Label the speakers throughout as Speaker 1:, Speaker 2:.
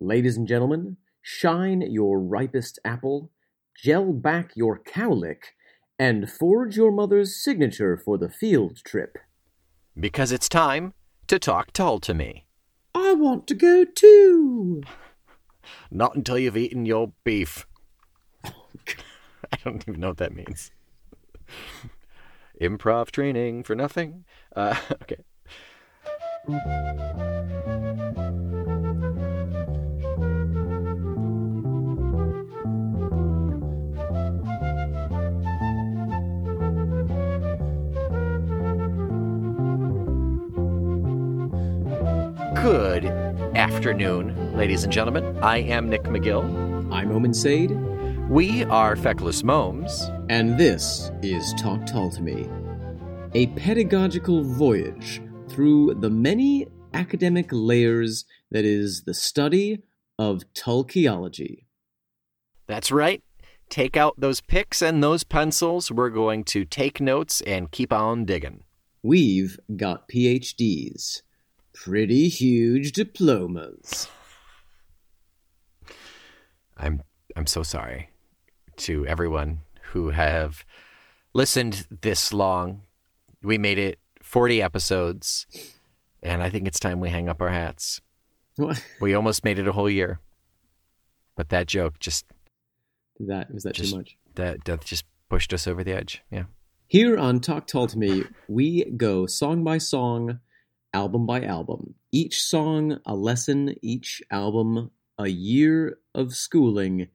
Speaker 1: Ladies and gentlemen, shine your ripest apple, gel back your cowlick, and forge your mother's signature for the field trip.
Speaker 2: Because it's time to talk tall to me.
Speaker 3: I want to go too.
Speaker 2: Not until you've eaten your beef. I don't even know what that means. Improv training for nothing. Uh, okay. Good afternoon, ladies and gentlemen. I am Nick McGill.
Speaker 1: I'm Omen Sade,
Speaker 2: We are Feckless Momes.
Speaker 1: and this is Talk Tall to Me, a pedagogical voyage through the many academic layers that is the study of Tulkeology.
Speaker 2: That's right. Take out those picks and those pencils. We're going to take notes and keep on digging.
Speaker 1: We've got PhDs. Pretty huge diplomas.
Speaker 2: I'm I'm so sorry to everyone who have listened this long. We made it 40 episodes, and I think it's time we hang up our hats.
Speaker 1: What?
Speaker 2: We almost made it a whole year, but that joke just
Speaker 1: That was that
Speaker 2: Just-
Speaker 1: too much.
Speaker 2: that, that just pushed us over the edge. Yeah.
Speaker 1: Here on Talk Tall to Me, we go song by song, album by album. Each song a lesson, each album a year of schooling,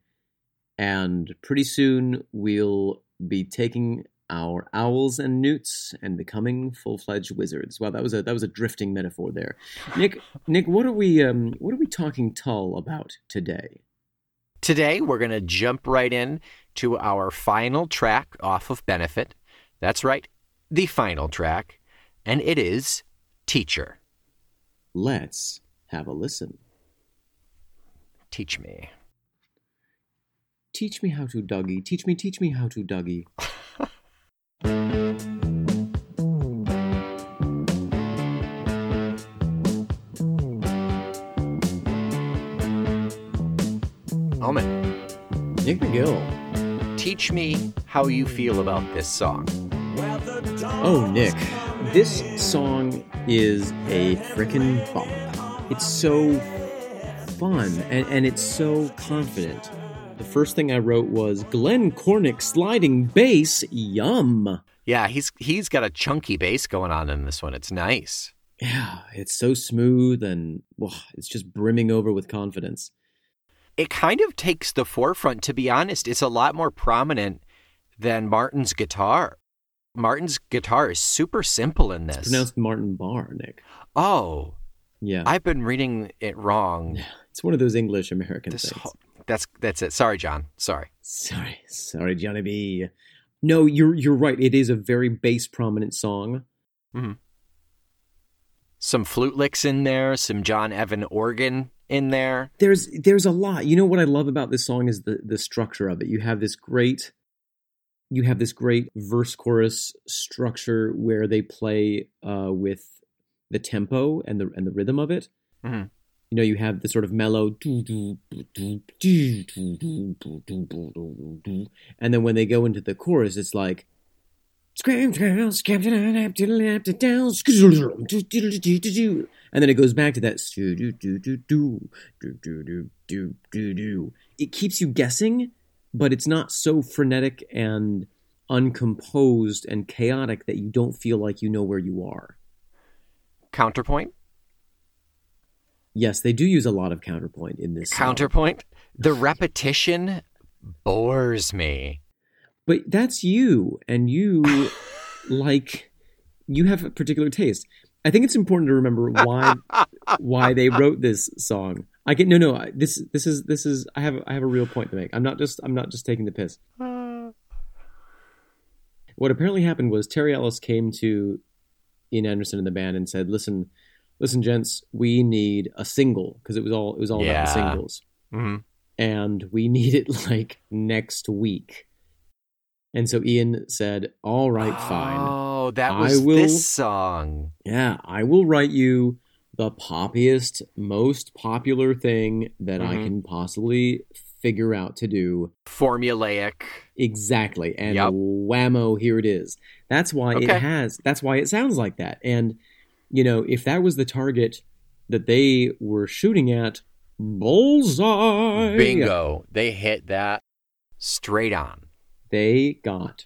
Speaker 1: and pretty soon we'll be taking our owls and newts and becoming full-fledged wizards. Wow, that was a that was a drifting metaphor there. Nick, Nick, what are we um what are we talking tall about today?
Speaker 2: Today, we're going to jump right in to our final track off of Benefit. That's right, the final track, and it is Teacher.
Speaker 1: Let's have a listen.
Speaker 2: Teach me.
Speaker 1: Teach me how to doggy. Teach me, teach me how to doggy.
Speaker 2: Alman,
Speaker 1: Nick McGill.
Speaker 2: teach me how you feel about this song.
Speaker 1: Oh, Nick, this song is a frickin' bop. It's so fun and, and it's so confident. The first thing I wrote was Glenn Cornick sliding bass, yum.
Speaker 2: Yeah, he's he's got a chunky bass going on in this one. It's nice.
Speaker 1: Yeah, it's so smooth and wah, it's just brimming over with confidence.
Speaker 2: It kind of takes the forefront, to be honest. It's a lot more prominent than Martin's guitar. Martin's guitar is super simple in this.
Speaker 1: Pronounced Martin Barr, Nick.
Speaker 2: oh,
Speaker 1: Yeah,
Speaker 2: I've been reading it wrong.
Speaker 1: it's one of those English American
Speaker 2: This
Speaker 1: things.
Speaker 2: whole- that's that's it. Sorry, John. Sorry.
Speaker 1: Sorry, sorry, Johnny B. No, you're you're right. It is a very bass prominent song.
Speaker 2: Some flute licks in there. Some John Evan organ in there.
Speaker 1: there's there's a lot you know what i love about this song is the the structure of it you have this great you have this great verse chorus structure where they play uh with the tempo and the and the rhythm of it
Speaker 2: Mhm.
Speaker 1: you know you have the sort of mellow doo doo doo doo doo doo doo doo doo doo doo doo. and then when they go into the chorus it's like Scram, scram, scram, down, up, diddle, up, diddle, down, skizzle, doo, diddle, doo, doo, doo. and then it goes back to that doo, doo, doo, doo, doo, doo, doo, doo, doo, doo, doo. It keeps you guessing, but it's not so frenetic and uncomposed and chaotic that you don't feel like you know where you are.
Speaker 2: Counterpoint.
Speaker 1: Yes, they do use a lot of counterpoint in this. song.
Speaker 2: Counterpoint. The repetition bores me.
Speaker 1: but that's you and you like you have a particular taste i think it's important to remember why why they wrote this song i get no no I, this this is this is i have i have a real point to make i'm not just i'm not just taking the piss what apparently happened was terry ellis came to ian anderson and the band and said listen listen gents we need a single because it was all it was all about
Speaker 2: Yeah.
Speaker 1: the singles
Speaker 2: hmm
Speaker 1: and we need it like next week. And so Ian said, All right, fine.
Speaker 2: Oh, that
Speaker 1: I
Speaker 2: was
Speaker 1: will-
Speaker 2: this song.
Speaker 1: Yeah, I will write you the poppiest, most popular thing that I
Speaker 2: Mhm.
Speaker 1: can possibly figure out to do.
Speaker 2: Formulaic.
Speaker 1: Exactly. And
Speaker 2: Yep.
Speaker 1: whammo, here it is. That's why
Speaker 2: Okay.
Speaker 1: it has, that's why it sounds like that. And, you know, if that was the target that they were shooting at, bullseye.
Speaker 2: Bingo. They hit that straight on.
Speaker 1: They got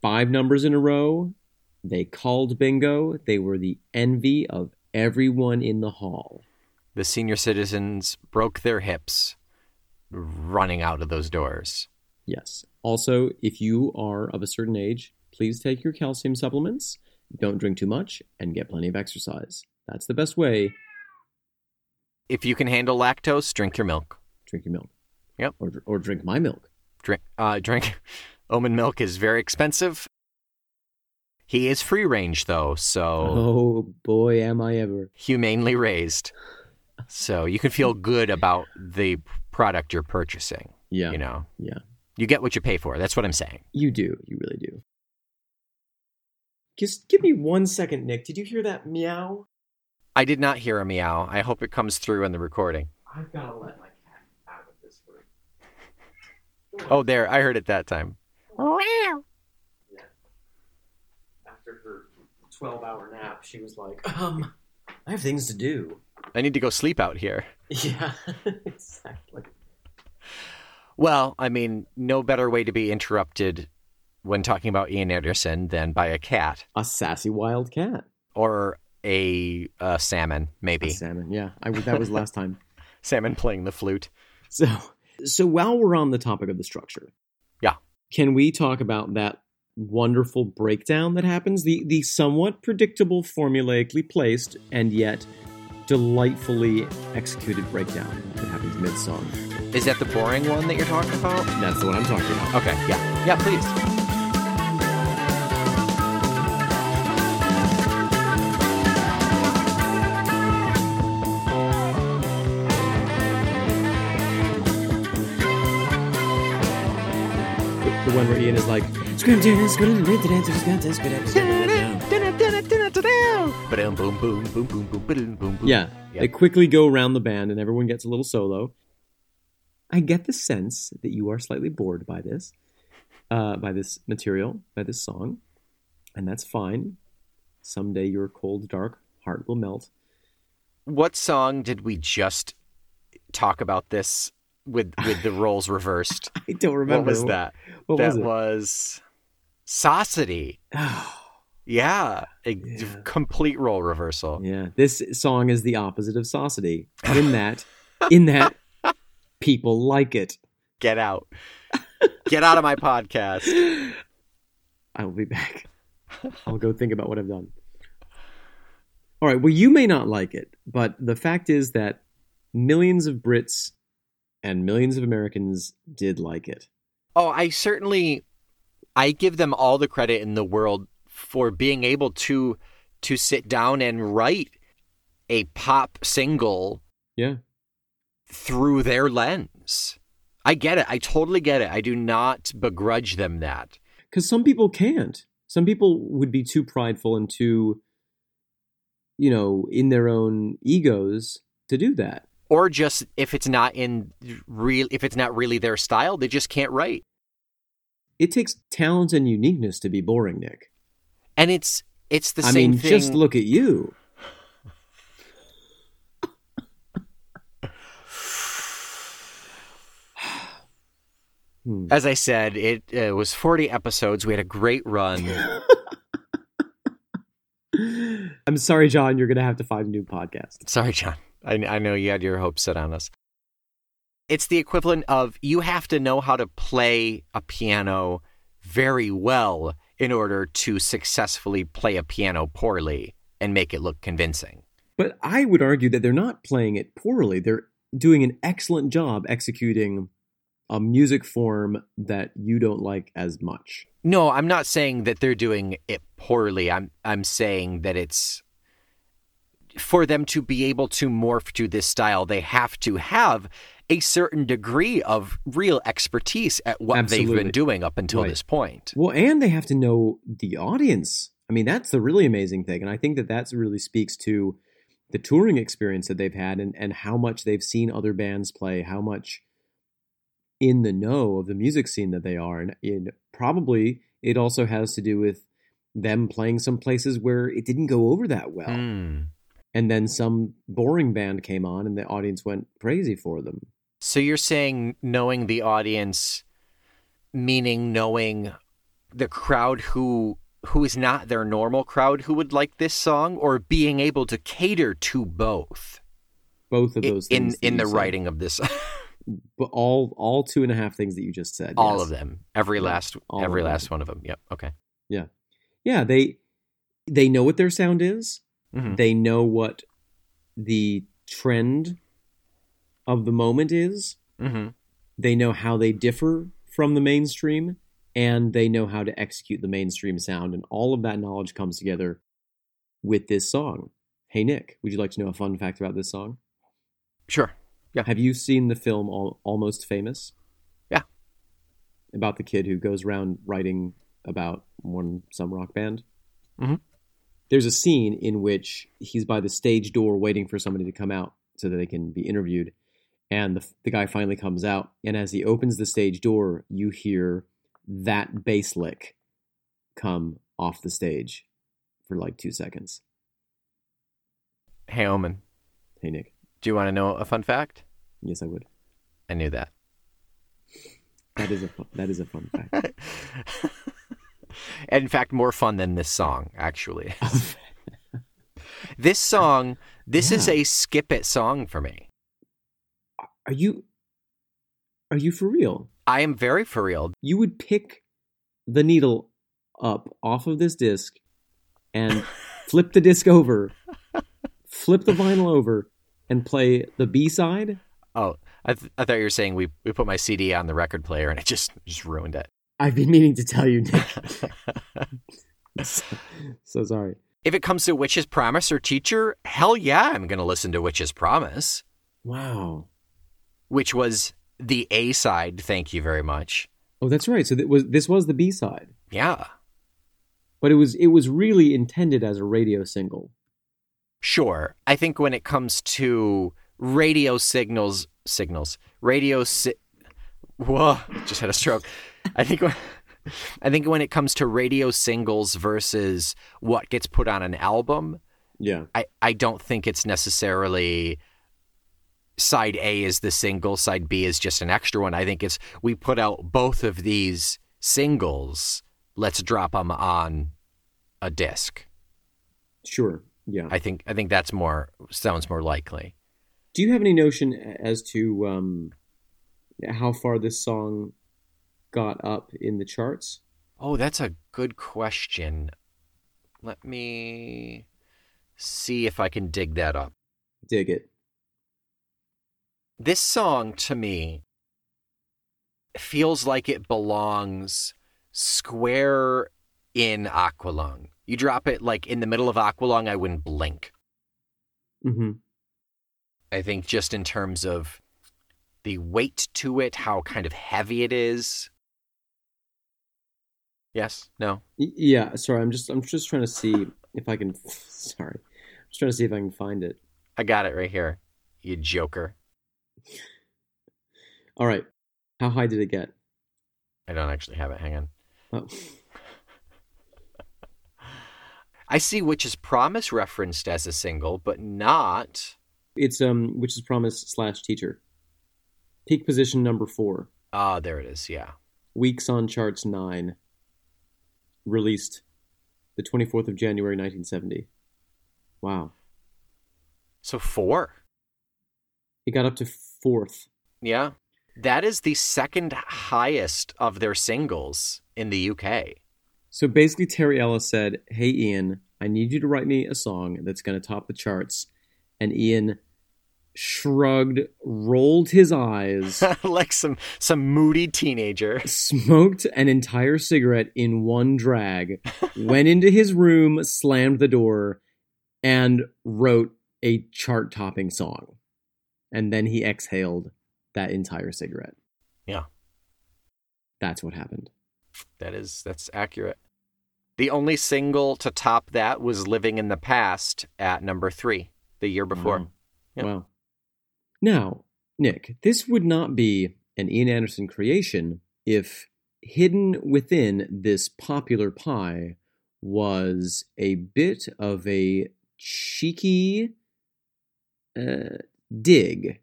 Speaker 1: five numbers in a row. They called bingo. They were the envy of everyone in the hall.
Speaker 2: The senior citizens broke their hips running out of those doors.
Speaker 1: Yes. Also, if you are of a certain age, please take your calcium supplements, don't drink too much, and get plenty of exercise. That's the best way.
Speaker 2: If you can handle lactose, drink your milk.
Speaker 1: Drink your milk.
Speaker 2: Yep.
Speaker 1: Or, or drink my milk.
Speaker 2: Drink, uh, drink. Omen milk is very expensive. He is free range though, so
Speaker 1: Oh boy, am I ever.
Speaker 2: humanely raised. So you can feel good about the product you're purchasing.
Speaker 1: Yeah.
Speaker 2: You know,
Speaker 1: Yeah.
Speaker 2: you get what you pay for. That's what I'm saying.
Speaker 1: You do. You really do. Just give me one second, Nick. Did you hear that meow?
Speaker 2: I did not hear a meow. I hope it comes through in the recording.
Speaker 1: I've got to let my cat out of this room.
Speaker 2: Oh, there. I heard it that time.
Speaker 1: After her 12 hour nap, she was like, um, I have things to do.
Speaker 2: I need to go sleep out here.
Speaker 1: Yeah, exactly.
Speaker 2: Well, I mean, no better way to be interrupted when talking about Ian Anderson than by a cat
Speaker 1: A sassy wild cat.
Speaker 2: or a, uh salmon,
Speaker 1: A
Speaker 2: maybe.
Speaker 1: salmon, yeah. I, that was last time.
Speaker 2: Salmon playing the flute.
Speaker 1: So, so while we're on the topic of the structure,
Speaker 2: Yeah.
Speaker 1: can we talk about that wonderful breakdown that happens? The the somewhat predictable, formulaically placed, and yet delightfully executed breakdown that happens mid song.
Speaker 2: Is that the boring one that you're talking about?
Speaker 1: That's the one I'm talking about.
Speaker 2: Okay, yeah. Yeah, please.
Speaker 1: The one where Ian is like,
Speaker 2: Ba-dum, boom, boom, boom, boom, boom, ba-dum, boom, boom.
Speaker 1: yeah,
Speaker 2: Yeah.
Speaker 1: they quickly go around the band and everyone gets a little solo. I get the sense that you are slightly bored by this, uh, by this material, by this song, and that's fine. Someday your cold, dark heart will melt.
Speaker 2: What song did we just talk about this with with the roles reversed?
Speaker 1: I don't
Speaker 2: what
Speaker 1: remember
Speaker 2: was that?
Speaker 1: What
Speaker 2: that
Speaker 1: was it?
Speaker 2: was Saucity. Yeah, a d-
Speaker 1: Yeah.
Speaker 2: complete role reversal.
Speaker 1: yeah, this song is the opposite of saucity. In that, in that, people like it.
Speaker 2: Get out. Get out of my podcast.
Speaker 1: I will be back. I'll go think about what I've done. All right. Well, you may not like it, but the fact is that millions of Brits and millions of Americans did like it.
Speaker 2: Oh, I certainly I give them all the credit in the world for being able to to sit down and write a pop single
Speaker 1: Yeah.
Speaker 2: through their lens. I get it. I totally get it. I do not begrudge them that.
Speaker 1: Because some people can't. Some people would be too prideful and too, you know, in their own egos to do that.
Speaker 2: Or just if it's not in real if it's not really their style, they just can't write.
Speaker 1: It takes talent and uniqueness to be boring, Nick.
Speaker 2: And it's it's the
Speaker 1: I
Speaker 2: same
Speaker 1: mean,
Speaker 2: thing.
Speaker 1: just look at you. Hmm.
Speaker 2: As I said, it uh, was 40 episodes. We had a great run.
Speaker 1: I'm sorry, John. You're going to have to find a new podcast.
Speaker 2: Sorry, John. I, I know you had your hopes set on us. It's the equivalent of you have to know how to play a piano very well in order to successfully play a piano poorly and make it look convincing.
Speaker 1: But I would argue that they're not playing it poorly. They're doing an excellent job executing a music form that you don't like as much.
Speaker 2: No, I'm not saying that they're doing it poorly. I'm I'm saying that it's for them to be able to morph to this style, they have to have a certain degree of real expertise at what they've
Speaker 1: Absolutely.
Speaker 2: been doing up until
Speaker 1: Right.
Speaker 2: this point.
Speaker 1: Well, and they have to know the audience. I mean, that's the really amazing thing. And I think that that's really speaks to the touring experience that they've had and, and how much they've seen other bands play, how much in the know of the music scene that they are. And in probably it also has to do with them playing some places where it didn't go over that well.
Speaker 2: Hmm.
Speaker 1: And then some boring band came on and the audience went crazy for them.
Speaker 2: So you're saying knowing the audience, meaning knowing the crowd who who is not their normal crowd who would like this song, or being able to cater to both
Speaker 1: Both of
Speaker 2: i-
Speaker 1: those
Speaker 2: in
Speaker 1: things that
Speaker 2: in
Speaker 1: you
Speaker 2: the
Speaker 1: said.
Speaker 2: writing of this,
Speaker 1: but all all two and a half things that you just said.
Speaker 2: all
Speaker 1: yes.
Speaker 2: of them, every
Speaker 1: Yeah,
Speaker 2: last
Speaker 1: all of
Speaker 2: every
Speaker 1: them.
Speaker 2: last one of them. Yep. Okay.
Speaker 1: Yeah, they they know what their sound is.
Speaker 2: Mhm.
Speaker 1: They know what the trend of the moment is.
Speaker 2: Mm-hmm.
Speaker 1: They know how they differ from the mainstream and they know how to execute the mainstream sound and all of that knowledge comes together with this song. Hey Nick, would you like to know a fun fact about this song?
Speaker 2: Sure.
Speaker 1: Have you seen the film Al- Almost Famous?
Speaker 2: Yeah.
Speaker 1: About the kid who goes around writing about one some rock band.
Speaker 2: Mhm.
Speaker 1: There's a scene in which he's by the stage door waiting for somebody to come out so that they can be interviewed, and the the guy finally comes out, and as he opens the stage door, you hear that bass lick come off the stage for like two seconds.
Speaker 2: Hey Omen,
Speaker 1: Hey Nick,
Speaker 2: do you want to know a fun fact?
Speaker 1: yes I would.
Speaker 2: I knew that.
Speaker 1: That is a fun, that is a fun fact.
Speaker 2: In fact, more fun than this song, actually. this song, this is
Speaker 1: Yeah.
Speaker 2: a skip it song for me.
Speaker 1: Are you Are you for real?
Speaker 2: I am very for real.
Speaker 1: You would pick the needle up off of this disc and flip the disc over, flip the vinyl over and play the B-side?
Speaker 2: Oh, I, th- I thought you were saying we, we put my CD on the record player and it just just ruined it.
Speaker 1: I've been meaning to tell you, Nick. so, so sorry.
Speaker 2: If it comes to Witch's Promise or Teacher, hell yeah, I'm going to listen to Witch's Promise,
Speaker 1: Wow.
Speaker 2: which was the A side. Thank you very much.
Speaker 1: Oh, that's right. So that was this was the B-side,
Speaker 2: Yeah,
Speaker 1: but it was it was really intended as a radio single.
Speaker 2: sure. I think when it comes to radio signals, signals, radio si- Whoa, just had a stroke. I think when- I think when it comes to radio singles versus what gets put on an album,
Speaker 1: Yeah.
Speaker 2: I, I don't think it's necessarily side A is the single, side B is just an extra one. I think it's we put out both of these singles, let's drop them on a disc.
Speaker 1: Sure. Yeah.
Speaker 2: I think I think that's more sounds more likely.
Speaker 1: Do you have any notion as to um, how far this song got up in the charts?
Speaker 2: Oh, that's a good question. Let me see if I can dig that up.
Speaker 1: Dig it.
Speaker 2: This song to me feels like it belongs square in Aqualung. You drop it like in the middle of Aqualung, I wouldn't blink.
Speaker 1: Mm-hmm.
Speaker 2: I think just in terms of the weight to it, how kind of heavy it is. Yes, no.
Speaker 1: Yeah. Sorry, I'm just I'm just trying to see if I can. Sorry, I'm just trying to see if I can find it.
Speaker 2: I got it right here. You joker.
Speaker 1: All right. How high did it get?
Speaker 2: I don't actually have it. Hang on.
Speaker 1: Oh,
Speaker 2: I see Witch's Promise referenced as a single, but not
Speaker 1: it's um, which is promise slash teacher. Peak position number four.
Speaker 2: Ah, there it is. Yeah.
Speaker 1: Weeks on charts nine. Released, the 24th of January 1970. Wow.
Speaker 2: So four.
Speaker 1: It got up to fourth.
Speaker 2: Yeah. That is the second highest of their singles in the UK.
Speaker 1: So basically, Terry Ellis said, Hey, Ian, I need you to write me a song that's going to top the charts. And Ian shrugged, rolled his eyes,
Speaker 2: like some some moody teenager.
Speaker 1: smoked an entire cigarette in one drag, went into his room, slammed the door, and wrote a chart topping song. And then he exhaled that entire cigarette.
Speaker 2: Yeah.
Speaker 1: That's what happened.
Speaker 2: That is that's accurate. The only single to top that was Living in the Past at number 3. the year before.
Speaker 1: Wow.
Speaker 2: Yep.
Speaker 1: Wow. Now, Nick, this would not be an Ian Anderson creation if hidden within this popular pie was a bit of a cheeky uh, dig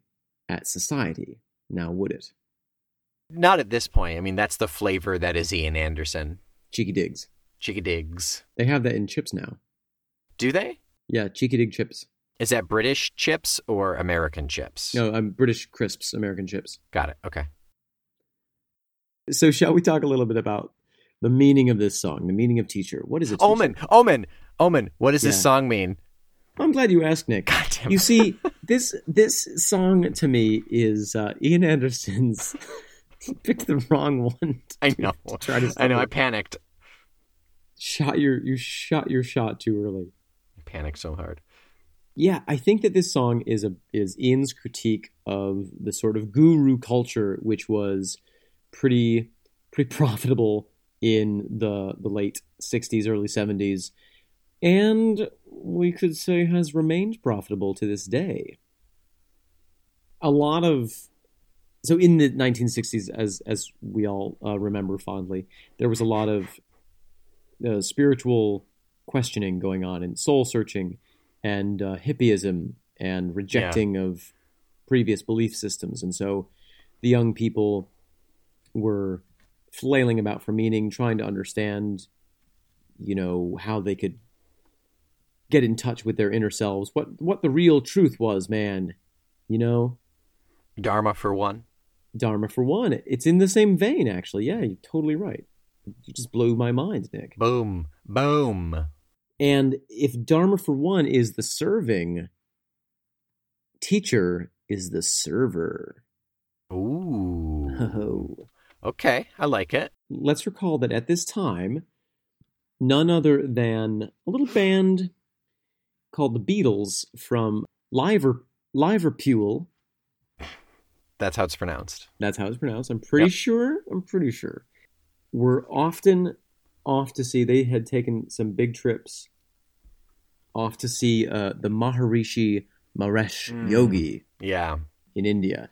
Speaker 1: at society. Now, would it?
Speaker 2: Not at this point. I mean, that's the flavor that is Ian Anderson.
Speaker 1: Cheeky digs.
Speaker 2: Cheeky digs.
Speaker 1: They have that in chips now.
Speaker 2: Do they?
Speaker 1: Yeah, cheeky dig chips.
Speaker 2: Is that British chips or American chips?
Speaker 1: No, I'm British crisps, American chips.
Speaker 2: Got it. Okay.
Speaker 1: So, shall we talk a little bit about the meaning of this song, the meaning of teacher? What is it?
Speaker 2: Omen, Omen, Omen. What does
Speaker 1: Yeah.
Speaker 2: this song mean?
Speaker 1: I'm glad you asked, Nick.
Speaker 2: God damn
Speaker 1: You
Speaker 2: it.
Speaker 1: see, this this song to me is uh, Ian Anderson's. he picked the wrong one.
Speaker 2: I know.
Speaker 1: try to
Speaker 2: I know. I
Speaker 1: stop it.
Speaker 2: panicked.
Speaker 1: Shot your you shot your shot too early.
Speaker 2: I panicked so hard.
Speaker 1: Yeah, I think that this song is a is Ian's critique of the sort of guru culture which was pretty pretty profitable in the the late 60s early 70s and we could say has remained profitable to this day. A lot of so in the 1960s as as we all uh, remember fondly, there was a lot of uh, spiritual questioning going on and soul searching and uh, hippieism and rejecting of previous belief systems. And so the young people were flailing about for meaning, trying to understand, you know, how they could get in touch with their inner selves, what what the real truth was, man. You know,
Speaker 2: Dharma for one.
Speaker 1: Dharma for one. It's in the same vein, actually. Yeah, you're totally right. You just blew my mind, Nick.
Speaker 2: Boom, boom.
Speaker 1: And if Dharma for one is the serving, teacher is the server.
Speaker 2: Ooh.
Speaker 1: Oh.
Speaker 2: okay, I like it.
Speaker 1: Let's recall that at this time, none other than a little band called the Beatles from Liver Liverpool.
Speaker 2: That's how it's pronounced.
Speaker 1: That's how it's pronounced. I'm pretty
Speaker 2: Yep.
Speaker 1: sure. I'm pretty sure. Were often off to see. They had taken some big trips off to see uh, the Maharishi Maresh
Speaker 2: Mm.
Speaker 1: Yogi.
Speaker 2: Yeah.
Speaker 1: in India,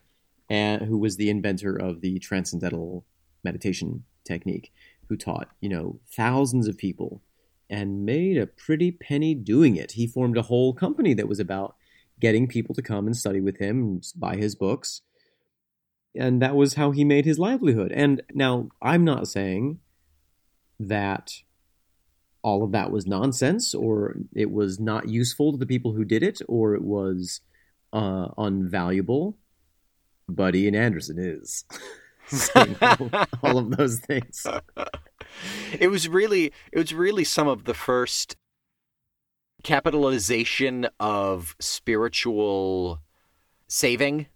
Speaker 1: and who was the inventor of the transcendental meditation technique, who taught you know thousands of people, and made a pretty penny doing it. He formed a whole company that was about getting people to come and study with him and buy his books, and that was how he made his livelihood. And now I'm not saying that all of that was nonsense or it was not useful to the people who did it or it was uh, unvaluable, but Ian Anderson is. Saying all, all of those things.
Speaker 2: it was really it was really some of the first capitalization of spiritual saving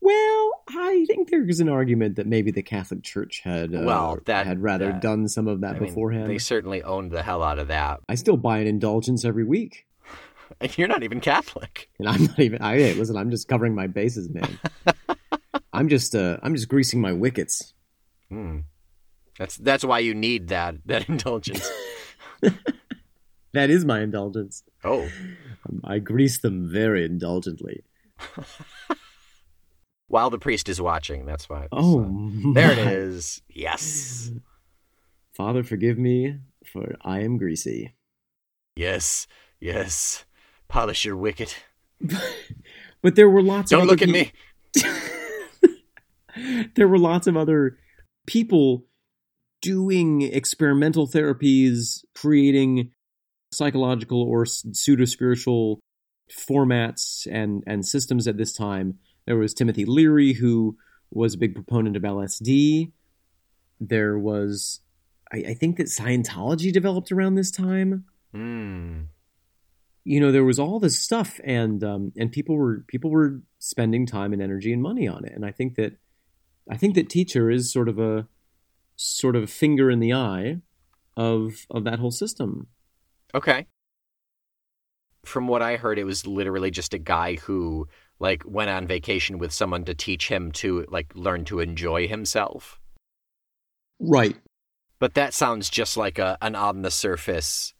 Speaker 1: Well, I think there's an argument that maybe the Catholic Church had uh,
Speaker 2: Well, that-
Speaker 1: had rather
Speaker 2: that-
Speaker 1: done some of that
Speaker 2: I mean,
Speaker 1: beforehand.
Speaker 2: they certainly owned the hell out of that
Speaker 1: I still buy an indulgence every week,
Speaker 2: and you're not even catholic
Speaker 1: and I'm not even. I hey, listen. I'm just covering my bases, man. I'm just. Uh, I'm just greasing my wickets.
Speaker 2: Hmm. that's that's why you need that that indulgence
Speaker 1: That is my indulgence. Um,
Speaker 2: oh
Speaker 1: I grease them very indulgently.
Speaker 2: while the priest is watching that's why
Speaker 1: Oh,
Speaker 2: there it
Speaker 1: my.
Speaker 2: is yes
Speaker 1: Father, forgive me, for I am greasy.
Speaker 2: yes yes polish your wicket
Speaker 1: But there were lots of
Speaker 2: don't
Speaker 1: other
Speaker 2: look
Speaker 1: peop-
Speaker 2: at me
Speaker 1: there were lots of other people doing experimental therapies, creating psychological or pseudo spiritual formats and, and systems at this time. There was Timothy Leary, who was a big proponent of LSD. There was, I, I think that Scientology developed around this time
Speaker 2: Hmm.
Speaker 1: you know there was all this stuff and um, and people were people were spending time and energy and money on it and i think that i think that teacher is sort of a sort of a finger in the eye of of that whole system
Speaker 2: Okay. From what I heard, it was literally just a guy who like went on vacation with someone to teach him to like learn to enjoy himself.
Speaker 1: right
Speaker 2: But that sounds just like a an on the surface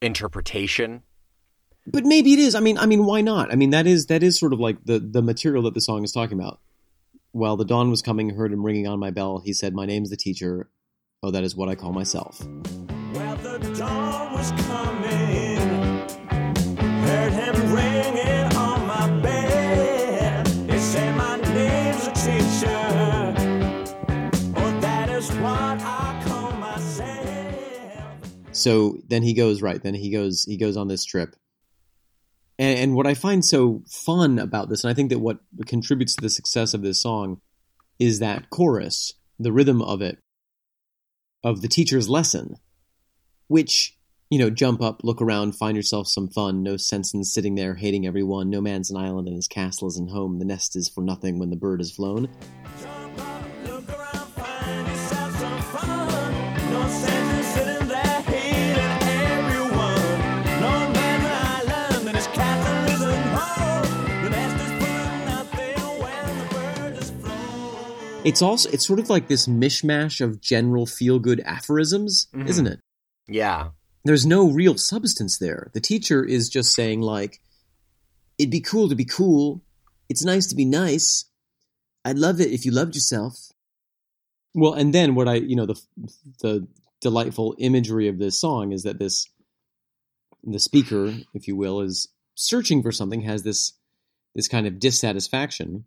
Speaker 2: interpretation.
Speaker 1: But maybe it is. I mean, I mean, why not? I mean, that is that is sort of like the the material that the song is talking about. While the dawn was coming, heard him ringing on my bell. He said, "My name's the teacher. Oh, that is what I call myself."
Speaker 4: Well, the dawn was coming. Heard him ringing on my bed. He said my name's a teacher. Oh, that is what I call myself.
Speaker 1: So then he goes right. Then he goes he goes on this trip. And, and what I find so fun about this, and I think that what contributes to the success of this song, is that chorus, the rhythm of it, of the teacher's lesson, which you know, jump up, look around, find yourself some fun. No sense in sitting there hating everyone. No man's an island, and his castle isn't home. The nest is for nothing when the bird is flown.
Speaker 4: Jump up, look around, find yourself some fun. No sense in sitting there hating everyone. No man's an island and his castle isn't home. The nest is for nothing when the bird is flown.
Speaker 1: It's also it's sort of like this mishmash of general feel good aphorisms,
Speaker 2: Mhm.
Speaker 1: isn't it?
Speaker 2: Yeah.
Speaker 1: There's no real substance there. The teacher is just saying like, "It'd be cool to be cool. It's nice to be nice. I'd love it if you loved yourself." Well, and then what I you know the the delightful imagery of this song is that this the speaker, if you will, is searching for something, has this this kind of dissatisfaction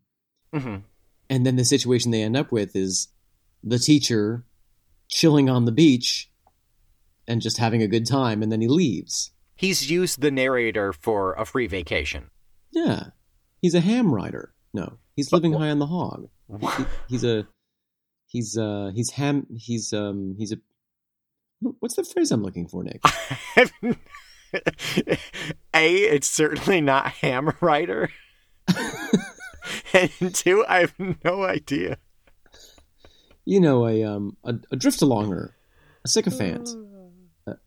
Speaker 2: hmm
Speaker 1: and then the situation they end up with is the teacher chilling on the beach and just having a good time and then he leaves
Speaker 2: He's used the narrator for a free vacation.
Speaker 1: yeah he's a ham rider no he's living high on the hog He- he's a he's uh he's ham he's um he's a what's the phrase i'm looking for nick
Speaker 2: a, it's certainly not Hammer Rider. and two, I have no idea.
Speaker 1: you know a um a, a drift alonger a sycophant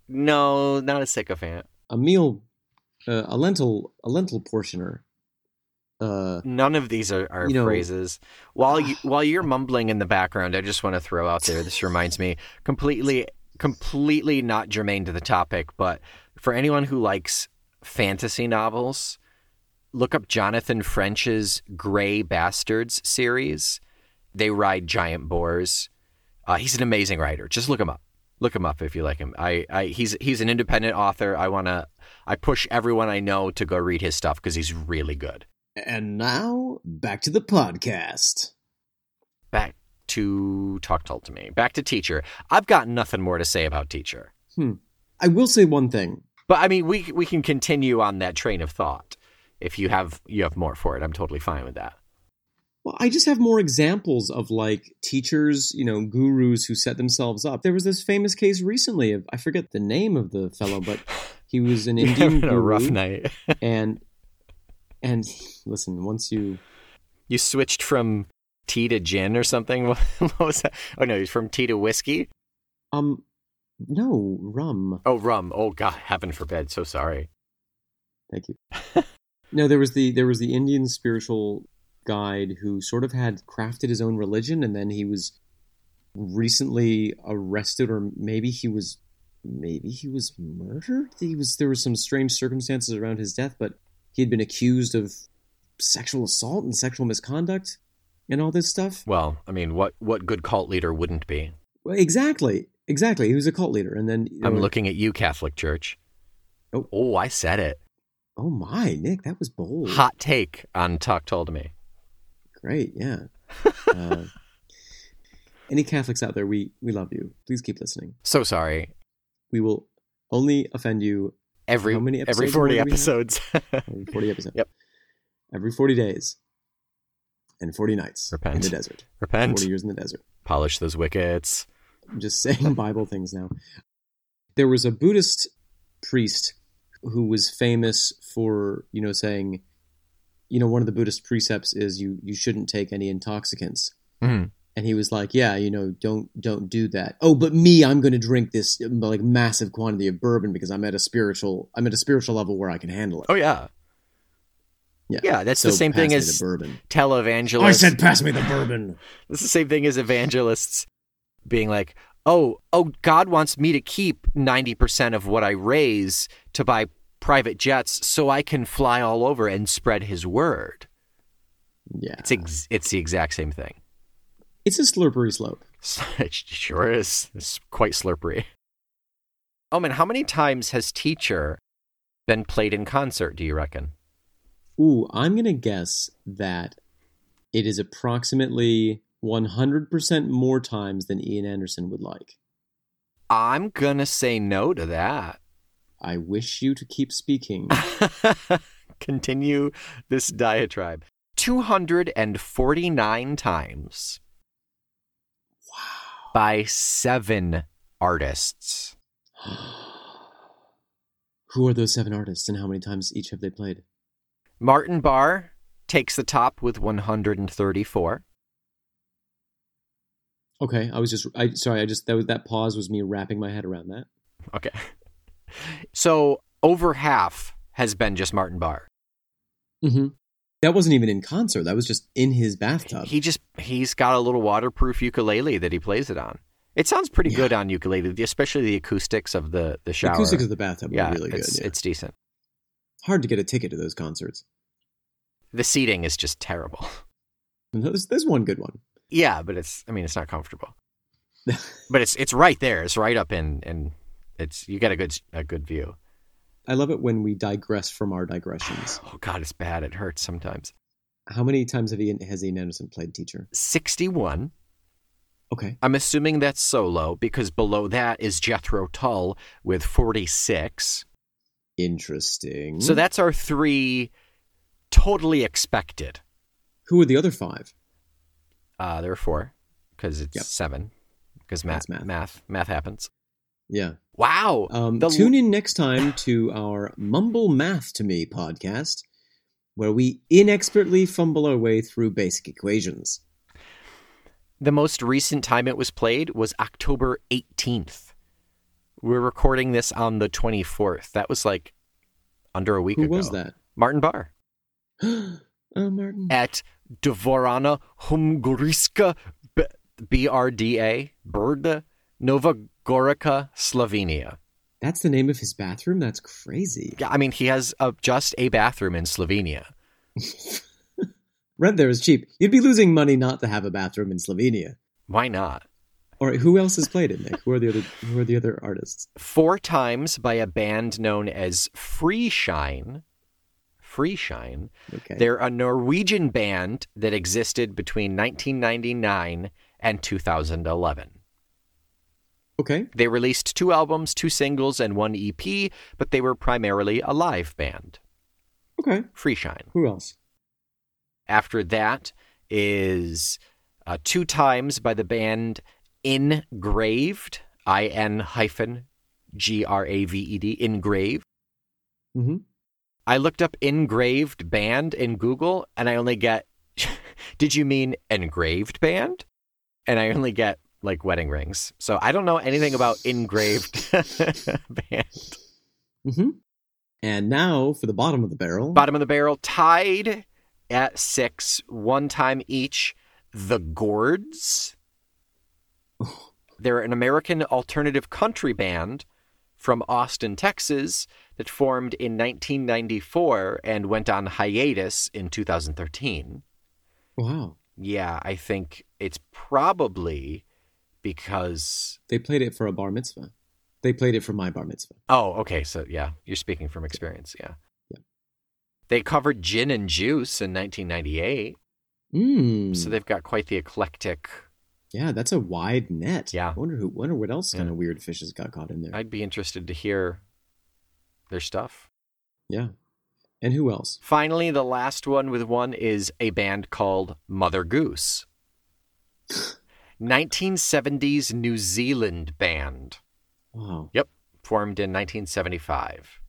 Speaker 2: No, not a sycophant.
Speaker 1: a meal uh, a lentil a lentil portioner uh
Speaker 2: None of these are, are
Speaker 1: You know-
Speaker 2: phrases. While you while you're mumbling in the background, I just want to throw out there. This reminds me completely, completely not germane to the topic, but for anyone who likes fantasy novels, look up Jonathan French's Gray Bastards series. They ride giant boars. Uh, he's an amazing writer. Just look him up. Look him up if you like him. I, I he's he's an independent author. I wanna I push everyone I know to go read his stuff because he's really good.
Speaker 1: And now, back to the podcast.
Speaker 2: back to talk talk to me back to teacher i've got nothing more to say about teacher
Speaker 1: I will say one thing.
Speaker 2: but i mean we we can continue on that train of thought if you have you have more for it i'm totally fine with that
Speaker 1: Well, I just have more examples of like teachers, you know, gurus who set themselves up. There was this famous case recently of I forget the name of the fellow, but he was an
Speaker 2: You're
Speaker 1: Indian
Speaker 2: having
Speaker 1: guru,
Speaker 2: a rough night
Speaker 1: and and listen, once you
Speaker 2: you switched from tea to gin or something what what was that oh no he's from tea to whiskey
Speaker 1: um no rum,
Speaker 2: oh rum oh god heaven forbid so sorry
Speaker 1: thank you. no, there was the there was the Indian spiritual guide who sort of had crafted his own religion, and then he was recently arrested or maybe he was maybe he was murdered he was there were some strange circumstances around his death but he had been accused of sexual assault and sexual misconduct and all this stuff
Speaker 2: well i mean what what good cult leader wouldn't be
Speaker 1: well, exactly exactly he was a cult leader and then uh, you
Speaker 2: i'm
Speaker 1: know,
Speaker 2: looking at you catholic church
Speaker 1: Oh.
Speaker 2: oh i said it
Speaker 1: oh my nick that was bold
Speaker 2: hot take on talk told me
Speaker 1: great yeah uh, any catholics out there we we love you please keep listening
Speaker 2: so sorry
Speaker 1: we will only offend you
Speaker 2: every
Speaker 1: How many
Speaker 2: every
Speaker 1: episodes
Speaker 2: 40
Speaker 1: more do we have?
Speaker 2: episodes
Speaker 1: every 40 episodes.
Speaker 2: Yep.
Speaker 1: Every 40 days and 40 nights in
Speaker 2: Repent.
Speaker 1: the desert.
Speaker 2: repent
Speaker 1: 40 years in the desert.
Speaker 2: polish those wickets
Speaker 1: I'm just saying Bible things now. There was a Buddhist priest who was famous for, you know, saying, you know, one of the Buddhist precepts is you you shouldn't take any intoxicants.
Speaker 2: Mhm.
Speaker 1: And he was like, yeah, you know, don't don't do that. Oh, but me, I'm going to drink this um, like massive quantity of bourbon because I'm at a spiritual I'm at a spiritual level where I can handle it.
Speaker 2: oh yeah
Speaker 1: Yeah.
Speaker 2: yeah that's the
Speaker 1: So
Speaker 2: same thing
Speaker 1: pass me
Speaker 2: as
Speaker 1: the bourbon. Oh,
Speaker 2: televangelists
Speaker 3: I said, pass me the bourbon.
Speaker 2: it's the same thing as evangelists being like oh oh god wants me to keep 90% of what i raise to buy private jets so I can fly all over and spread his word.
Speaker 1: Yeah.
Speaker 2: It's ex- it's the exact same thing.
Speaker 1: It's a slippery slope.
Speaker 2: it sure is. It's quite slurpery. Oh man, how many times has Teacher been played in concert? Do you reckon?
Speaker 1: Ooh, I'm going to guess that it is approximately 100% more times than Ian Anderson would like.
Speaker 2: I'm gonna say no to that.
Speaker 1: I wish you to keep speaking.
Speaker 2: Ah. Continue this diatribe. 249 times. Wow. By seven artists.
Speaker 1: Who are those seven artists and how many times each have they played?
Speaker 2: Martin Barr takes the top with 134.
Speaker 1: Okay, I was just I sorry, I just that was that pause was me wrapping my head around that.
Speaker 2: Okay. So over half has been just Martin Barr. Mm-hmm.
Speaker 1: Mhm. That wasn't even in concert. That was just in his bathtub.
Speaker 2: He just he's got a little waterproof ukulele that he plays it on. It sounds pretty good on ukulele, especially the acoustics of the the
Speaker 1: the
Speaker 2: shower.
Speaker 1: acoustics of the bathtub
Speaker 2: yeah,
Speaker 1: were really good.
Speaker 2: it's,
Speaker 1: yeah.
Speaker 2: it's decent.
Speaker 1: hard to get a ticket to those concerts.
Speaker 2: The seating is just terrible.
Speaker 1: There's, there's one good one.
Speaker 2: Yeah, but it's I mean it's not comfortable. but it's it's right there. It's right up in and it's you get a good a good view.
Speaker 1: I love it when we digress from our digressions.
Speaker 2: Oh god, it's bad. It hurts sometimes.
Speaker 1: How many times have Ian, has Ian Anderson played teacher?
Speaker 2: 61.
Speaker 1: Okay.
Speaker 2: I'm assuming that's solo because below that is Jethro Tull with 46.
Speaker 1: Interesting.
Speaker 2: So that's our three totally expected.
Speaker 1: Who are the other five?
Speaker 2: Uh there are four because it's
Speaker 1: Yep.
Speaker 2: 7 because math,
Speaker 1: That's math.
Speaker 2: math math math happens.
Speaker 1: Yeah.
Speaker 2: Wow.
Speaker 1: Um,
Speaker 2: The-
Speaker 1: tune in next time to our Mumble Math to Me podcast, where we inexpertly fumble our way through basic equations.
Speaker 2: The most recent time it was played was October 18th. We're recording this on the 24th. That was like under a week
Speaker 1: Who
Speaker 2: ago.
Speaker 1: was that?
Speaker 2: Martin Barr
Speaker 1: Oh, Martin.
Speaker 2: at Dvorana Humgoriska B- BRDA, Brda, Nova Gorica, Slovenia.
Speaker 1: That's the name of his bathroom? That's crazy.
Speaker 2: Yeah, I mean, he has a, just a bathroom in Slovenia.
Speaker 1: Rent there is cheap. You'd be losing money not to have a bathroom in Slovenia.
Speaker 2: Why not?
Speaker 1: All right, who else has played it, Nick? Who are the other who are the other artists?
Speaker 2: Four times by a band known as Free Shine. Free Shine.
Speaker 1: Okay.
Speaker 2: They're a Norwegian band that existed between 1999 and 2011.
Speaker 1: okay.
Speaker 2: They released two albums, two singles, and one EP, but they were primarily a live band,
Speaker 1: Okay.
Speaker 2: Freeshine.
Speaker 1: Who else?
Speaker 2: After that is uh, Two Times by the band Engraved, I N hyphen G R A V E D, Engraved.
Speaker 1: Mm-hmm.
Speaker 2: I looked up Engraved Band in Google and I only get, did you mean engraved band? And I only get like wedding rings. So I don't know anything about engraved band.
Speaker 1: Mm-hmm. And now for the bottom of the barrel.
Speaker 2: Bottom of the barrel, tied at six, one time each. The Gourds. They're an American alternative country band from Austin, Texas, that formed in 1994 and went on hiatus in 2013.
Speaker 1: wow.
Speaker 2: Yeah, I think it's probably because.
Speaker 1: They played it for a bar mitzvah. They played it for my bar mitzvah.
Speaker 2: Oh, okay. So, yeah, you're speaking from experience. Yeah.
Speaker 1: Yeah.
Speaker 2: They covered Gin and Juice in 1998.
Speaker 1: Mm.
Speaker 2: So they've got quite the eclectic.
Speaker 1: yeah, that's a wide net.
Speaker 2: Yeah.
Speaker 1: Wonder who wonder what else
Speaker 2: Yeah.
Speaker 1: kind of weird fishes got caught in there.
Speaker 2: I'd be interested to hear their stuff.
Speaker 1: yeah. And who else?
Speaker 2: Finally, the last one with one is a band called Mother Goose. 1970s New Zealand band.
Speaker 1: Wow.
Speaker 2: Yep, formed in 1975.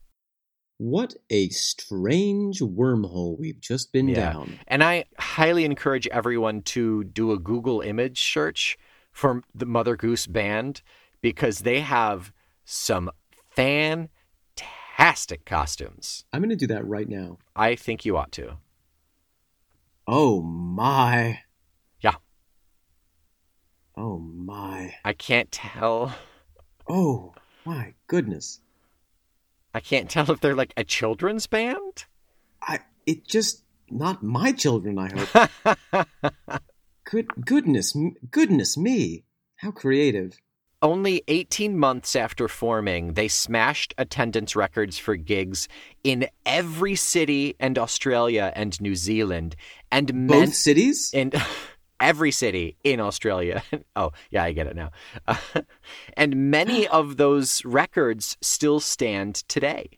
Speaker 1: What a strange wormhole we've just been
Speaker 2: Yeah.
Speaker 1: down.
Speaker 2: And I highly encourage everyone to do a Google image search for the Mother Goose band because they have some fantastic costumes.
Speaker 1: I'm gonna do that right now.
Speaker 2: I think you ought to.
Speaker 1: Oh my.
Speaker 2: Yeah.
Speaker 1: Oh my.
Speaker 2: I can't tell.
Speaker 1: Oh my goodness.
Speaker 2: I can't tell if they're like a children's band.
Speaker 1: I it just not my children. I hope. Good goodness, m- goodness me! How creative.
Speaker 2: Only 18 months after forming, they smashed attendance records for gigs in every city and Australia and New Zealand and
Speaker 1: Both
Speaker 2: meant
Speaker 1: cities.
Speaker 2: in every city in Australia. oh, yeah, I get it now. and many of those records still stand today.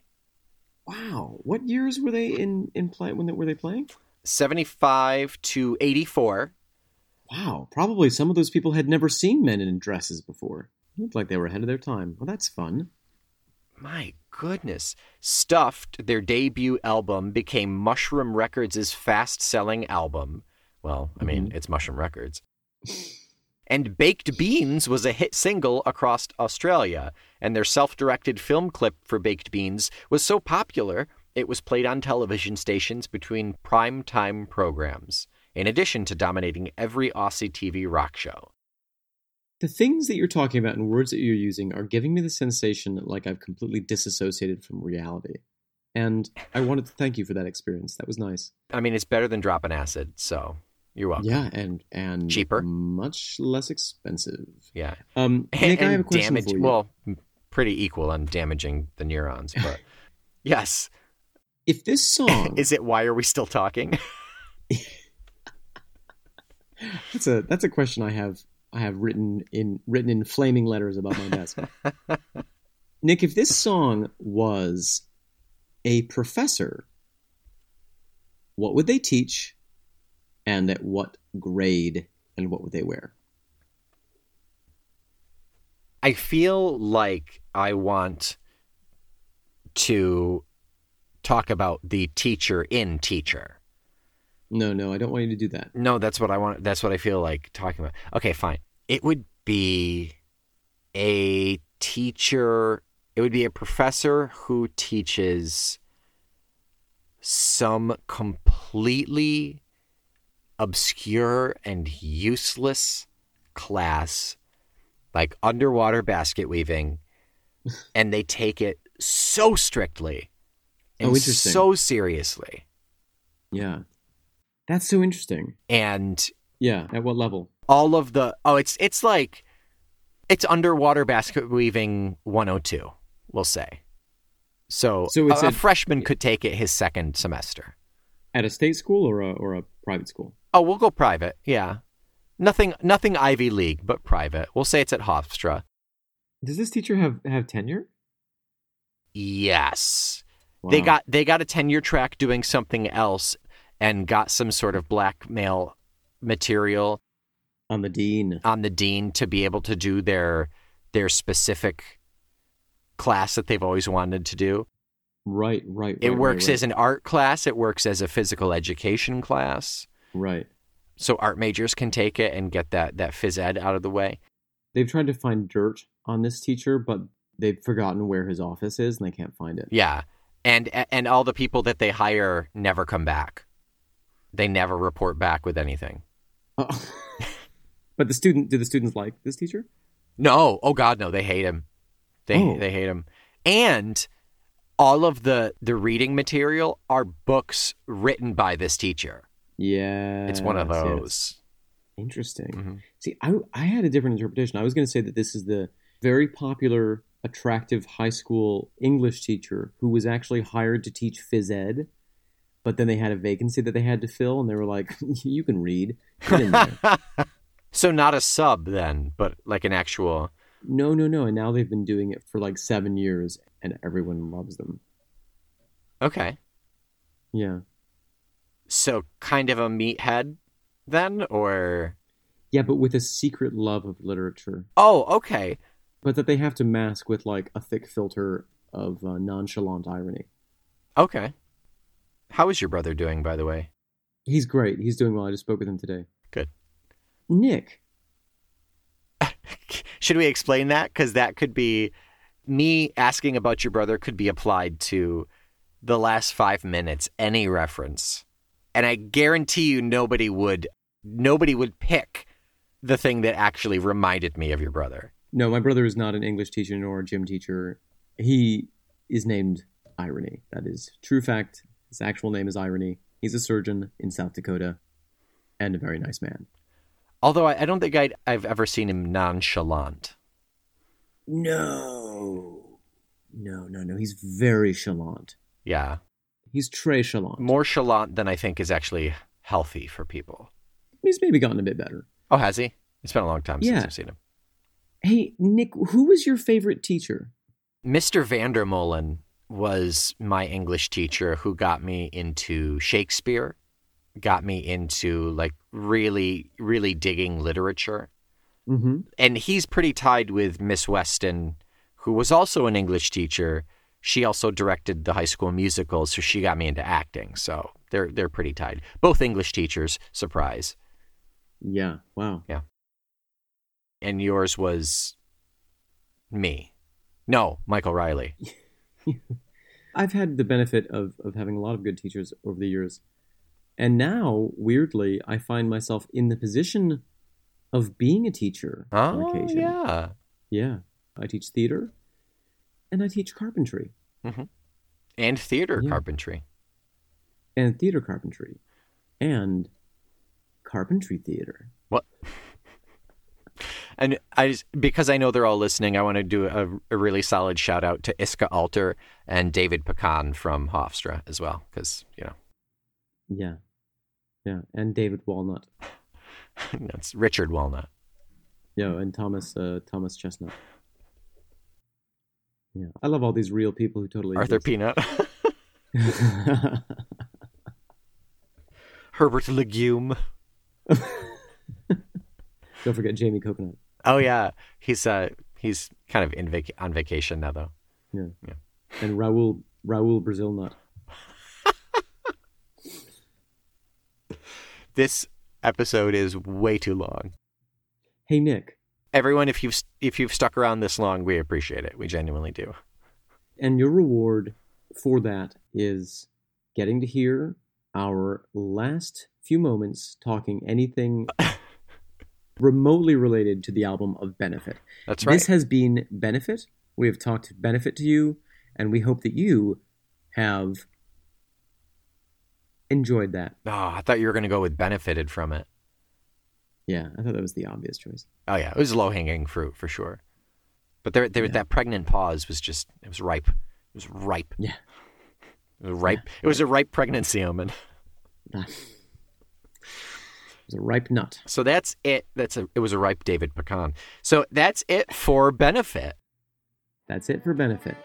Speaker 1: Wow. What years were they in in play when they, were they playing?
Speaker 2: 75 to 84.
Speaker 1: Wow. Probably some of those people had never seen men in dresses before. Looked like they were ahead of their time. Well, that's fun.
Speaker 2: My goodness. Stuffed, their debut album, became Mushroom Records' fast selling album. Well, I mean, it's Mushroom Records. And Baked Beans was a hit single across Australia, and their self directed film clip for Baked Beans was so popular it was played on television stations between prime time programs, in addition to dominating every Aussie TV rock show.
Speaker 1: The things that you're talking about and words that you're using are giving me the sensation that, like I've completely disassociated from reality. And I wanted to thank you for that experience. That was nice.
Speaker 2: I mean, it's better than dropping acid, so you're welcome.
Speaker 1: Yeah, and and
Speaker 2: Cheaper.
Speaker 1: much less expensive.
Speaker 2: yeah.
Speaker 1: Um, Nick, I have a question
Speaker 2: damage-
Speaker 1: for you.
Speaker 2: Well, m- pretty equal on damaging the neurons, but yes.
Speaker 1: if this song
Speaker 2: Is it why are we still talking?
Speaker 1: That's a that's a question I have I have written in written in flaming letters about my desk. Nick, if this song was a professor, what would they teach, and at what grade, and what would they wear?
Speaker 2: I feel like I want to talk about the teacher in teacher.
Speaker 1: No, no, I don't want you to do that.
Speaker 2: No, that's what I want. That's what I feel like talking about. Okay, fine. It would be a teacher. It would be a professor who teaches some completely obscure and useless class, like underwater basket weaving, and they take it so strictly
Speaker 1: Oh,
Speaker 2: and
Speaker 1: interesting.
Speaker 2: so seriously.
Speaker 1: Yeah, that's so interesting.
Speaker 2: And
Speaker 1: Yeah, at what level?
Speaker 2: all of the oh it's it's like it's underwater basket weaving 102 we'll say so,
Speaker 1: So it's
Speaker 2: a, a
Speaker 1: a-
Speaker 2: freshman could take it his second semester
Speaker 1: At a state school or a or a private school?
Speaker 2: oh we'll go private yeah nothing nothing ivy league but private we'll say it's at hofstra
Speaker 1: Does this teacher have have tenure?
Speaker 2: yes they
Speaker 1: Wow.
Speaker 2: got they got a 10 year track doing something else and got some sort of blackmail material
Speaker 1: on the dean.
Speaker 2: on the dean to be able to do their their specific class that they've always wanted to do
Speaker 1: Right, right.
Speaker 2: It
Speaker 1: right,
Speaker 2: works
Speaker 1: right,
Speaker 2: as an art class, it works as a physical education class.
Speaker 1: right. right.
Speaker 2: So art majors can take it and get that that phys ed out of the way.
Speaker 1: they've tried to find dirt on this teacher, but they've forgotten where his office is and they can't find it.
Speaker 2: Yeah. And and all the people that they hire never come back. They never report back with anything.
Speaker 1: Oh. but the student, do the students like this teacher?
Speaker 2: No, oh god no, they hate him. They
Speaker 1: Oh.
Speaker 2: they hate him. And all of the the reading material are books written by this teacher.
Speaker 1: Yeah,
Speaker 2: It's one of
Speaker 1: yes, yes.
Speaker 2: those.
Speaker 1: Interesting.
Speaker 2: Mhm.
Speaker 1: See, I I had a different interpretation. I was going to say that this is the very popular, attractive high school English teacher who was actually hired to teach phys ed, but then they had a vacancy that they had to fill, and they were like, "You can read." Get in there."
Speaker 2: So not a sub then, but like an actual
Speaker 1: no, no, no. And now they've been doing it for like seven years, and everyone loves them.
Speaker 2: Okay.
Speaker 1: Yeah.
Speaker 2: So kind of a meathead then or
Speaker 1: Yeah, but with a secret love of literature,
Speaker 2: Oh, okay.
Speaker 1: but that they have to mask with like a thick filter of uh, nonchalant irony.
Speaker 2: Okay. How is your brother doing by the way?
Speaker 1: He's great. He's doing well. I just spoke with him today.
Speaker 2: Good.
Speaker 1: Nick,
Speaker 2: Should we explain that cuz that could be me asking about your brother could be applied to the last 5 minutes any reference. And I guarantee you nobody would nobody would pick the thing that actually reminded me of your brother.
Speaker 1: no, my brother is not an English teacher nor a gym teacher. He is named Irony. That is true fact. His actual name is Irony. He's a surgeon in South Dakota and a very nice man.
Speaker 2: Although I, I don't think I'd, I've ever seen him nonchalant.
Speaker 1: No. No, no, no. He's very chalant.
Speaker 2: Yeah.
Speaker 1: He's Trey chalant.
Speaker 2: More chalant than I think is actually healthy for people.
Speaker 1: He's maybe gotten a bit better.
Speaker 2: Oh, has he? It's been a long time
Speaker 1: Yeah.
Speaker 2: since I've seen him.
Speaker 1: Hey, Nick, who was your favorite teacher?
Speaker 2: Mr. Vandermolen was my English teacher who got me into Shakespeare, got me into like really, really digging literature.
Speaker 1: Mm-hmm.
Speaker 2: And he's pretty tied with Miss Weston, who was also an English teacher. She also directed the high school musical, so she got me into acting. So they're they're pretty tied. Both English teachers, surprise.
Speaker 1: Yeah. Wow.
Speaker 2: And yours was me. No, Michael Riley.
Speaker 1: I've had the benefit of, of having a lot of good teachers over the years. And now, weirdly, I find myself in the position of being a teacher on
Speaker 2: Oh,
Speaker 1: occasion.
Speaker 2: yeah.
Speaker 1: Yeah. I teach theater and I teach carpentry
Speaker 2: And theater
Speaker 1: Yeah.
Speaker 2: carpentry.
Speaker 1: and theater carpentry and carpentry theater.
Speaker 2: What? And I just, because I know they're all listening, I want to do a, a really solid shout out to Iska Alter and David Pecan from Hofstra as well, because you know
Speaker 1: Yeah. Yeah. And David Walnut.
Speaker 2: it's Richard Walnut.
Speaker 1: Yeah. And Thomas uh, Thomas Chestnut. Yeah. I love all these real people who totally
Speaker 2: Arthur
Speaker 1: exist.
Speaker 2: Peanut, Herbert Legume.
Speaker 1: Don't forget Jamie Coconut.
Speaker 2: Oh yeah, he's uh he's kind of in vac- on vacation now though.
Speaker 1: Yeah.
Speaker 2: Yeah.
Speaker 1: And Raul Raul Brazil Nut.
Speaker 2: This episode is way too long.
Speaker 1: Hey Nick.
Speaker 2: Everyone, if you've if you've stuck around this long, we appreciate it. We genuinely do.
Speaker 1: And your reward for that is getting to hear our last few moments talking anything remotely related to the album of Benefit.
Speaker 2: That's right.
Speaker 1: This has been Benefit. We have talked Benefit to you, and we hope that you have enjoyed that.
Speaker 2: oh, I thought you were gonna go with benefited from it.
Speaker 1: Yeah, I thought that was the obvious choice.
Speaker 2: Oh yeah, it was low hanging fruit for sure. But there, there, that pregnant pause was just it was ripe. It was ripe.
Speaker 1: Yeah.
Speaker 2: It was ripe. It was a ripe pregnancy omen.
Speaker 1: it's a ripe nut.
Speaker 2: So that's it. That's a. It was a ripe David pecan. So that's it for benefit.
Speaker 1: That's it for Benefit.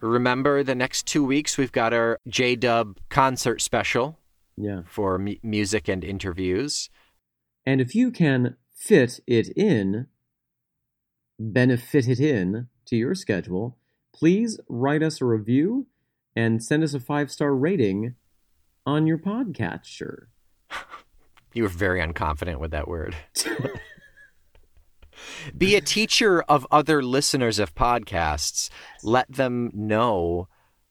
Speaker 2: Remember, the next two weeks we've got our J Dub concert special
Speaker 1: Yeah.
Speaker 2: for mu- music and interviews.
Speaker 1: And if you can fit it in, benefit it in to your schedule, please write us a review and send us a five star rating on your podcatcher.
Speaker 2: You were very unconfident with that word. Be a teacher of other listeners of podcasts. Let them know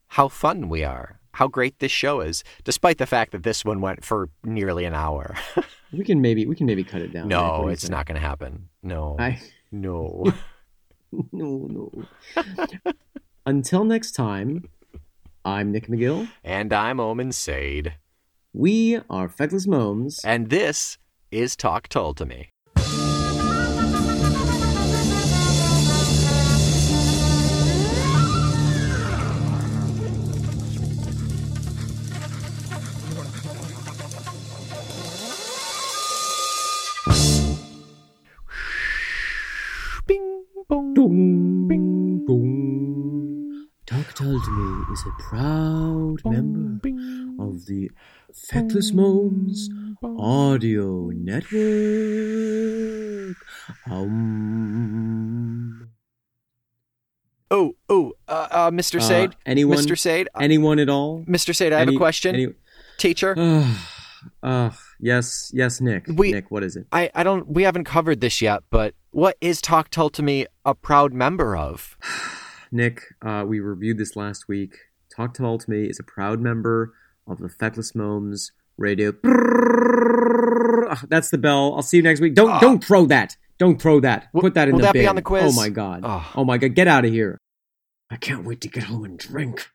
Speaker 2: how fun we are, how great this show is, despite the fact that this one went for nearly an hour.
Speaker 1: We can maybe we can maybe cut it down. Nick, what
Speaker 2: no,
Speaker 1: do you
Speaker 2: it's
Speaker 1: think?
Speaker 2: not going to happen. No.
Speaker 1: I
Speaker 2: No.
Speaker 1: no no. Until next time, I'm Nick McGill.
Speaker 2: and I'm Omen Sade.
Speaker 1: We are Feckless Momes.
Speaker 2: And this is Talk Told to Me. Bing, bong.
Speaker 1: Dong, bing, dong. Talk Told Me is a proud member of the Feckless Momes Audio Network. Um,
Speaker 2: Oh, oh, uh, uh, Mr.
Speaker 1: Uh,
Speaker 2: Sade.
Speaker 1: anyone?
Speaker 2: Mr. Sade. uh,
Speaker 1: anyone at all?
Speaker 2: Mr. Sade, I have
Speaker 1: Any-
Speaker 2: a question.
Speaker 1: any-
Speaker 2: Teacher.
Speaker 1: Ugh, ugh. Yes, yes, Nick.
Speaker 2: We-
Speaker 1: Nick, what is it?
Speaker 2: I, I don't we haven't covered this yet, but what is Talk Tell to Me a proud member of?
Speaker 1: Nick, uh, we reviewed this last week. Talk to All to Me is a proud member of the Feckless Momes Radio. Ah, That's the bell. I'll see you next week. Don't don't pro that. Don't pro that.
Speaker 2: Will-
Speaker 1: Put that in
Speaker 2: will
Speaker 1: the
Speaker 2: Ah. that be
Speaker 1: bin.
Speaker 2: on the quiz?
Speaker 1: Oh my god.
Speaker 2: Ah.
Speaker 1: Oh my god. Get out of here. I can't wait to get home and drink.